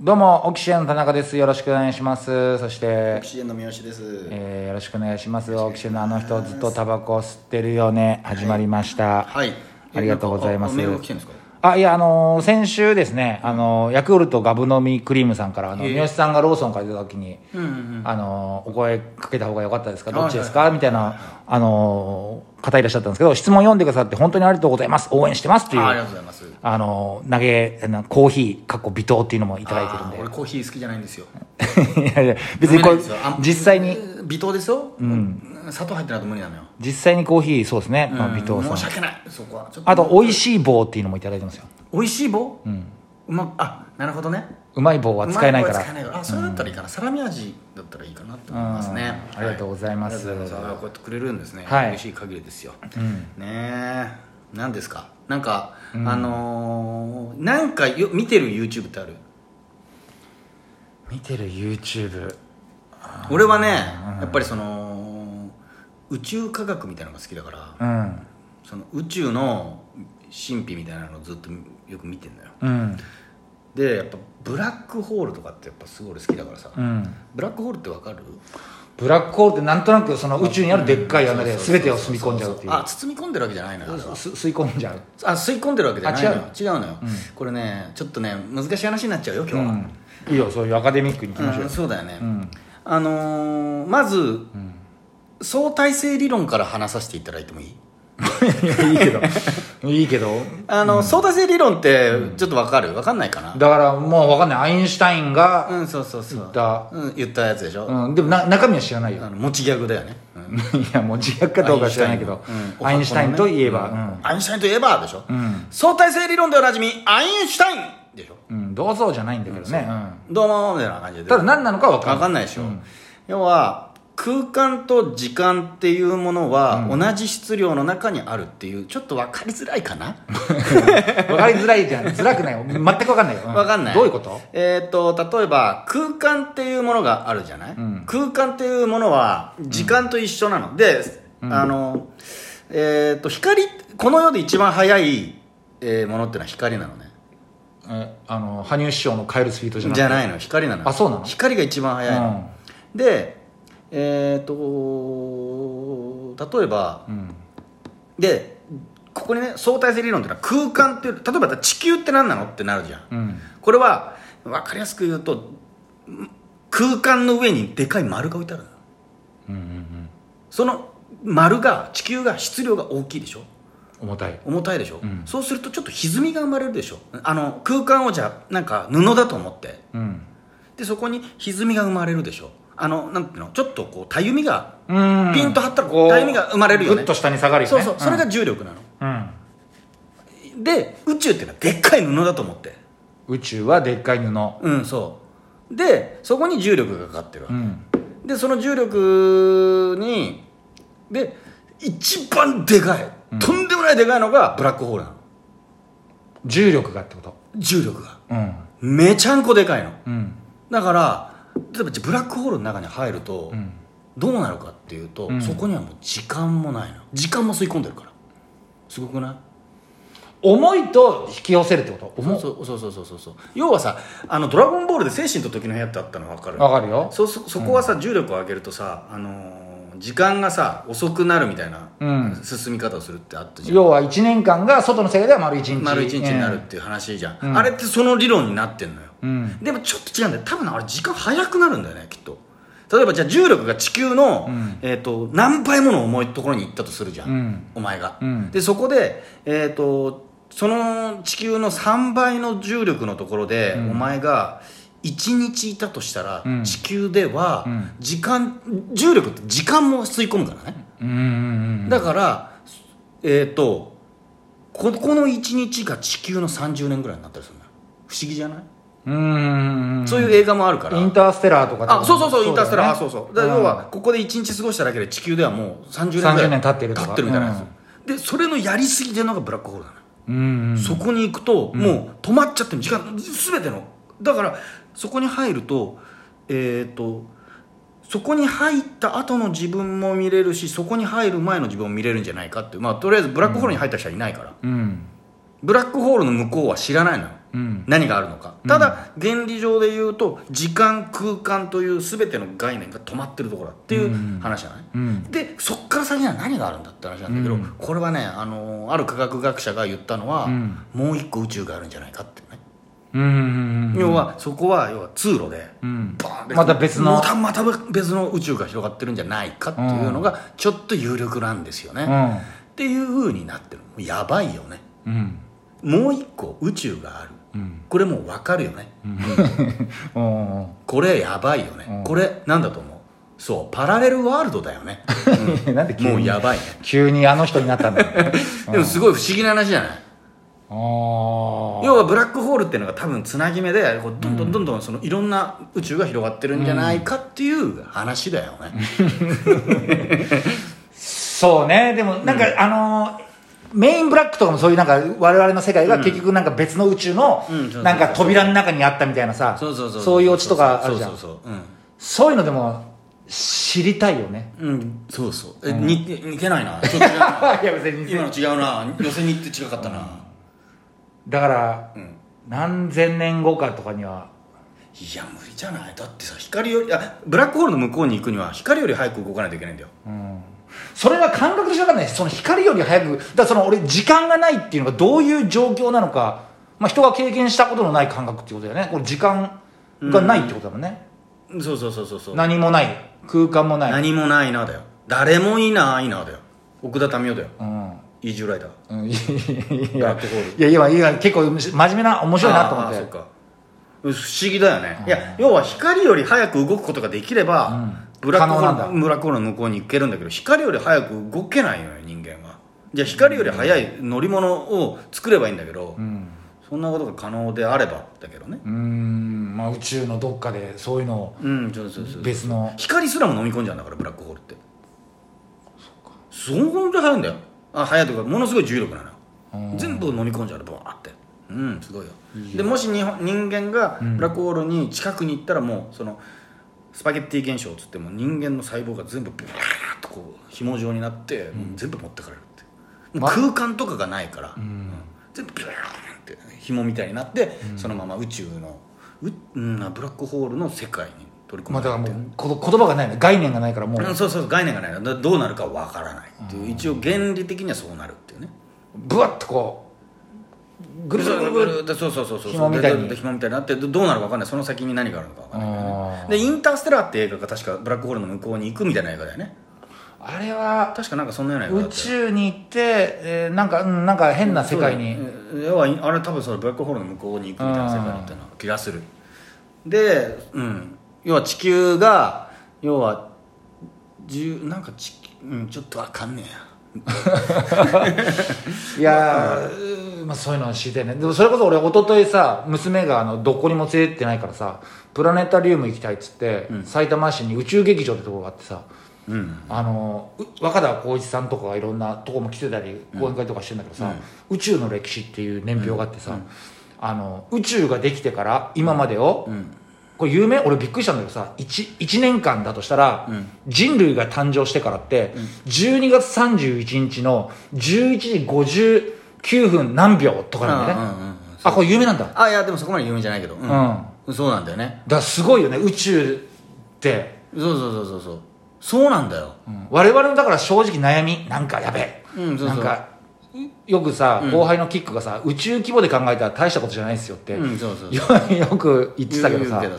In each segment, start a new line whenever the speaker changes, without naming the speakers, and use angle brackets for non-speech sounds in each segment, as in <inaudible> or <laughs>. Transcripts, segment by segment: どうもオキシエンの田中ですよろしくお願いしますそし
オ
て
キ、シエンの三好です。
えーよろしくお願いしますオ
ろ
キ
し
シエ
くお
ンのあ
願いし
の
ます
人ずっとタバコ吸ってるよね始まりました
はい。
ありがとうございます
えなんかあメールが来てるんですか。
あいやあのー先週ですねあのーヤクルトガブ飲みクリームさんからあの
ええ
三好さんがローソンから出た時に、
うんうんうん。
あのーお声かけた方が良かったですか
あ
どっちですか、みたいなあのー方いらっしゃったんですけど質問読んでくださって本当にありがとうございます応援してますっていう
あありがとうございます。
あの投げなコーヒーかっこ微糖っていうのもいただいてるん
あー俺コーヒー好きじゃないんですよ。
で <laughs> いやいや別にこれ
飲めないんですよあん
実際に
微糖ですよ。うん。砂糖入ってないと無理なのよ。
実際にコーヒーそうですね、まあ、微糖
うん
さ
申し
ん
訳ない。そこは。ちょっ
あと美味しい棒っていうのもいただいてますよ
美味しい棒。うん。まあなるほどね。
うまい棒は使えないから
うま棒は使えないから。あそれだったらいいかな。サラミ味だったらいいかなって思いますね。
うんありがとうございます
はいありがとうございますあこうやってくれるんですね。
はい
嬉しい限りですよ。ねえ。何ですか。なんかあのーなんかよ見てる YouTube ってある。
見てる YouTube
俺はねやっぱりその宇宙科学みたいなのが好きだから、
うん
その宇宙の神秘みたいなのをずっとよく見てんのよ
うん
でやっぱブラックホールとかってやっぱすごい俺好きだからさ、
うん
ブラックホールってわかる
ブラックホールってなんとなくその宇宙にあるでっかい穴で
そうそうそう
全てを住み込んじゃうっていう
あ包み込んでるわけじゃないのよあれは
す吸い込んじゃう
あ吸い込んでるわけじゃないのよ
あ
違うのよ、これねちょっとね難しい話になっちゃうよ今日
う
は、
んいいよそういうアカデミックに行きましょう
う
よ
ん、そうだよね、
ん
あのーまず、相対性理論から話させていただいてもいい
いいけど <laughs> いいけど
あの、相対性理論ってちょっとわかるわかんないかな
だからもうわかんないアインシュタインが
うんそうそうそう
言った
うん、言ったやつでしょ、
うん、でもな中身は知らないよ
あの持ちギャグだよね、うん
<laughs> いやもう自虐かどうかは知らないけどアインシュタインといえば、うん
アインシュタインといえばでしょ、
ん
相対性理論でおなじみアインシュタインでしょ
うんどうぞじゃないんだけどね、うん
どうもみたいな感じで
ただ何なのかは分かんない
わかんないでしょ、要は空間と時間っていうものは同じ質量の中にあるっていうちょっと分かりづらいかな、
分かりづらいじゃんづらくない全く分かんないよ、う
わかんない
どういうこと
えっ、と例えば空間っていうものがあるじゃない、空間っていうものは時間と一緒なの、で、あのえっ、と光この世で一番速い、えーものっていうのは光なのね
えあの羽生師匠の帰るスピードじゃなく
じ
て
ゃないの光なの
あそうなの
光が一番速いの、でえっ、と例えば、
ん
でここにね相対性理論っていうのは空間っていう例えば地球って何なのってなるじゃん
うん、うん
これは分かりやすく言うとん空間の上にでかい丸が置いてあるのよ
うんうんうん
その丸が地球が質量が大きいでしょ
重たい
重たいでしょ、
ん
そうするとちょっと歪みが生まれるでしょあの空間をじゃあなんか布だと思って
うん
でそこに歪みが生まれるでしょあのなんていうのちょっとこうたゆみが
うん
ピンと張ったらこうタイミングが生まれるよね
ぐっと下に下がるよ
そう
ね
そうそれが重力なの、
うん、うん
で宇宙っていうのはでっかい布だと思って
宇宙はでっかい布
うんそうでそこに重力がかかってるわけ、
うん
でその重力にで一番でかい、とんでもないでかいのがブラックホールなの
重力がってこと
重力が
うん
めちゃんこでかいの
うん
だから例えばじゃあブラックホールの中に入ると、
ん
どうなるかっていうと、
ん
そこにはもう時間もないの時間も吸い込んでるからすごくない
重いと引き寄せるってこと重い
そうそうそうそうそうそう要はさあの「ドラゴンボール」で精神と時の部屋ってあったの分かる
わかるよ
そそそこはさ、重力を上げるとさ、あのー時間がさ遅くなるみたいな、
うん
進み方をするってあったじゃん
要は1年間が外の世界では丸1日
丸一日になるっていう話じゃん、
うん
あれってその理論になってんのよ、
うん
でもちょっと違うんだよ多分なあれ時間早くなるんだよねきっと例えばじゃあ重力が地球の、
うん
えー、と何倍もの重いところに行ったとするじゃん、
うん
お前が、
うん
でそこで、えー、とその地球の3倍の重力のところで、お前が1日いたとしたら、
うん
地球では
うん
時間、重力って時間も吸い込むからね、
うんうんうん
だからえっ、とここの1日が地球の30年ぐらいになったりするのよ不思議じゃない、
うんうんうん
そういう映画もあるから
インターステラーとか
あそうそうそうインターステラー、あそうそうだから要
うん
はここで1日過ごしただけで地球ではもう30年ぐらい
30年経ってるとか
経ってるみたいなやつ、でそれのやりすぎてるのがブラックホールなのよ、
うんうん
そこに行くともう止まっちゃってる時間全てのだからそこに入るとえっ、とそこに入った後の自分も見れるしそこに入る前の自分も見れるんじゃないかっていうまあとりあえずブラックホールに入った人はいないから、
うん
ブラックホールの向こうは知らないのよ
うん
何があるのかただ原理上で言うと時間空間という全ての概念が止まってるところだっていう話じゃない、
うん
でそっから先には何があるんだって話なんだけど、
うん
これはねあのある科学学者が言ったのは、
うん
もう一個宇宙があるんじゃないかってね、
うんうんうん
要はそこは要は通路で、
うん
バーンって
また別の
またまた別の宇宙が広がってるんじゃないかっていうのがちょっと有力なんですよね、
う
っ
ん
ていう風になってるもうやばいよね
うん
もう一個宇宙がある
うん
これもう分かるよね、
うん
これやばいよね、
うん
これなんだと思うそうパラレルワールドだよ
<laughs>
ね、
なんで急
もう
に
やばいね
急にあの人になったんだよ
でもすごい不思議な話じゃない
あー
要はブラックホールっていうのが多分つなぎ目でこうどんどんどんどんそのいろんな宇宙が広がってるんじゃないかっていう話だよね、
そうねでもなんか、あのーメインブラックとかもそういうなんか我々の世界が結局なんか別の宇宙の
うんそうそう
なんか扉の中にあったみたいなさ
そうそうそう
いうオチとかあるじゃん
そうそうそううん
そういうのでも知りたいよね
うん、そうそう、え似て似てない <laughs> なちょっと違う <laughs> ない
や別に
今の違うな寄せに行って近かったな、
だから、
うん
何千年後かとかにはい
や無理じゃないだってさ光よりあブラックホールの向こうに行くには光より早く動かないといけないんだよ
それは感覚として分かんないその光より早くだからその俺時間がないっていうのがどういう状況なのか、まあ、人が経験したことのない感覚っていうことだよねこの時間がないってことだもんね、
そうそうそうそうそう
何もない空間もない、
何もないなだよ誰もいないなだよ奥田民生だよ
うん
イージューライダー
うんい
ブラックホール
やいやいや結構真面目な面白いなと思っ
あーそ
て
っか不思議だよねいや要は光より早く動くことができれば、ブラックホ
可能な
ー
ん
ルブラックホールの向こうに行けるんだけど光より早く動けないのよ人間はじゃあ光より早い乗り物を作ればいいんだけど、
うん
そんなことが可能であればだけどね
うーんまあ宇宙のどっかでそういうのを
うんそうそうそう
別の
光すらも飲み込んじゃうんだからブラックホールってそかそんぐらい早いんだよあ早いというかものすごい重力なのよ全部飲み込んじゃうのバーってうんすごいよでもし日本人間がブラックホールに近くに行ったらもうそのスパゲッティ現象っつっても人間の細胞が全部ブワーッとこう紐状になって、もう全部持ってかれるってもう空間とかがないから、うん全部ビューンって紐みたいになって、そのまま宇宙のう、うん、ブラックホールの世界に取り込
ま
ま
あ
れて
だからもうこ言葉がないの概念がないからもう
うん、そうそうそう概念がないだどうなるかわからないっていう、一応原理的にはそうなるっていうね
ぶわっとこうぐるぐるぐるぐる
でそうそうそうそう
紐みたいに
でで紐みたいになってどどうなるかわかんないその先に何があるのかわかんない
あー
でインターステラーって映画が確かブラックホールの向こうに行くみたいな映画だよね
あれは
確かなんかそんなような映画だ
宇
ったよ
宙に行って、えーなんか、うん、なんか変な世界に、
そうだ要はいあれ多分そのブラックホールの向こうに行くみたいな世界だったような気がするで、うん、要は地球が要はじゅなんか地球、うん、ちょっとわかんねえや
いやー、まあ、そういうのを知りたいねでもそれこそ俺一昨日さ娘があのどこにも連れてってないからさプラネタリウム行きたいっつって、埼玉市に宇宙劇場ってところがあってさ
うん
あのう若田光一さんとかがいろんなとこも来てたり講演会とかしてんだけどさ、宇宙の歴史っていう年表があってさ、あの宇宙ができてから今までを、これ有名俺びっくりしたんだけどさ 1, 1年間だとしたら、人類が誕生してからって、12月31日の11時59分何秒とかなんだよね、
うんうんうんうん
あこれ有名なんだだか
あいやでもそこまで有名じゃないけどう
うん
そうなんだよね
らすごいよね宇宙って、
そうそうそうそうそうそうなんだよ
うん我々のだから正直悩みなんかやべえ、
うんそう
な
そうん
かよくさ、後輩のキックがさ宇宙規模で考えたら大したことじゃないですよって、
うんそうそ
<laughs>
う
よよく言ってたけどさ
言ううん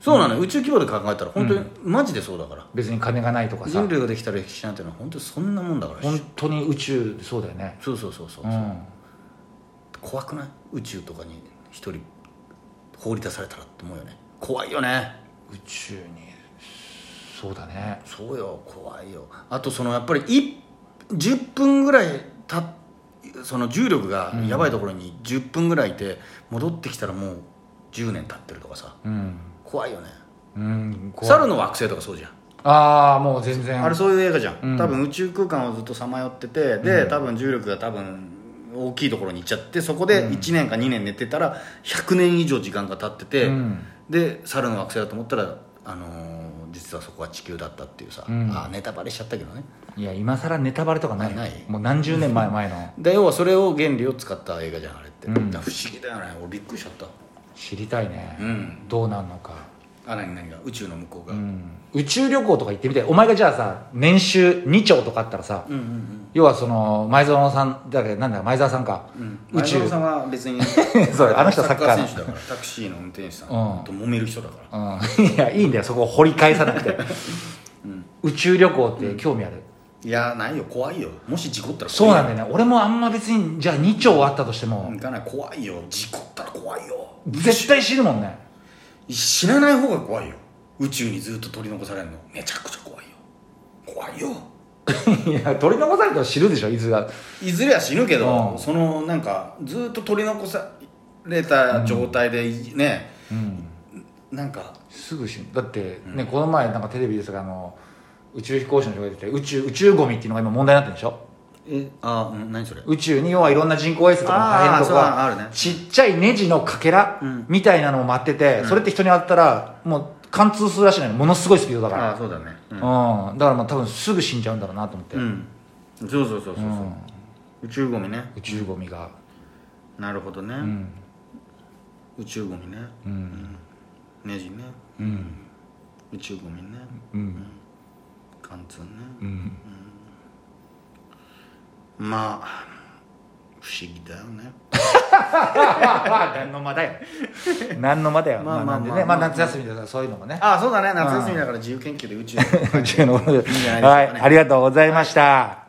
そうなのよ宇宙規模で考えたら本当にマジでそうだから
別に金がないとかさ
人類ができた歴史なんてのは本当にそんなもんだから
本当に宇宙そうだよね
そうそうそうそう
うん
怖くない宇宙とかに一人放り出されたらって思うよね怖いよね
宇宙にそうだね
そうよ怖いよあとそのやっぱりい10分ぐらいたっその重力がやばいところに10分ぐらいいて戻ってきたらもう10年経ってるとかさ
うん
怖いよね
うん怖い
猿の惑星とかそうじゃん
ああもう全然
あれそういう映画じゃん、
うん
多分宇宙空間をずっとさまよっててで、多分重力が多分大きいところに行っちゃってそこで1年か2年寝てたら100年以上時間が経ってて、
うん
で猿の惑星だと思ったら、あのー実実はそこは地球だったっていうさ、
うん
あネタバレしちゃったけどね
いや今更ネタバレとかない
ない
もう何十年前前の
で要はそれを原理を使った映画じゃんあれって、
うん
だから不思議だよね俺びっくりしちゃった
知りたいね、
うん
どうなんのか、
あ何何が宇宙の向こうが、
うん、宇宙旅行とか行ってみたいお前がじゃあさ年収2兆とかあったらさ、
うんうん
要はその前園さんだけなんだ前澤さんか、
うん
宇宙
前園さんは別
<laughs>
に
そうあの人はサッカーの
選手だからタクシーの運転手さん
うん
と揉める人だから
うん、 <laughs> いやいいんだよそこを掘り返さなく
<laughs>
て、宇宙旅行って興味ある、
いやないよ怖いよもし事故ったら
そうなん
だ
だよね俺もあんま別にじゃあ2兆あったとしても、
行かない怖いよ事故ったら怖いよ
絶対死ぬもんね
死なない方が怖いよ宇宙にずっと取り残されるのめちゃくちゃ怖いよ怖いよ
いや取り残されたら死ぬでしょいずれはい
ずれは死ぬけど、
うん
そのなんかずっと取り残された状態でね、
うん
なんか
すぐ死ぬだってね、この前なんかテレビですがあの宇宙飛行士の人が出てて宇宙宇宙ゴミっていうのが今問題になってるでしょ
えあうん何それ
宇宙に要はいろんな人工衛星とかも大変と
あーそう
か
あるね
ちっちゃいネジのかけら
うん
みたいなのも待ってて、それって人に当たったらもう貫通するらしいのよものすごいスピードだから
あそうだねうん、
うん、だからまあ多分すぐ死んじゃうんだろうなと思って、
うんそうそうそうそうそう、
うん
宇宙ゴミね
宇宙ゴミが
なるほどね、
うん
宇宙ゴミね、
うん
ネジね
うん
宇宙ゴミね
うん
<laughs>
<laughs>
貫通ね、
うん
まあ不思議だよね
何の間だよ何の間だよ
ま
ま
あ
あな
まあ
んでね
ま
ま
あ
あ
まあ
夏休みでさそういうのもね
あそうだね夏休みだから自由研究で宇宙
宇宙のもので
いんじゃないでしょうかね
はいありがとうございました、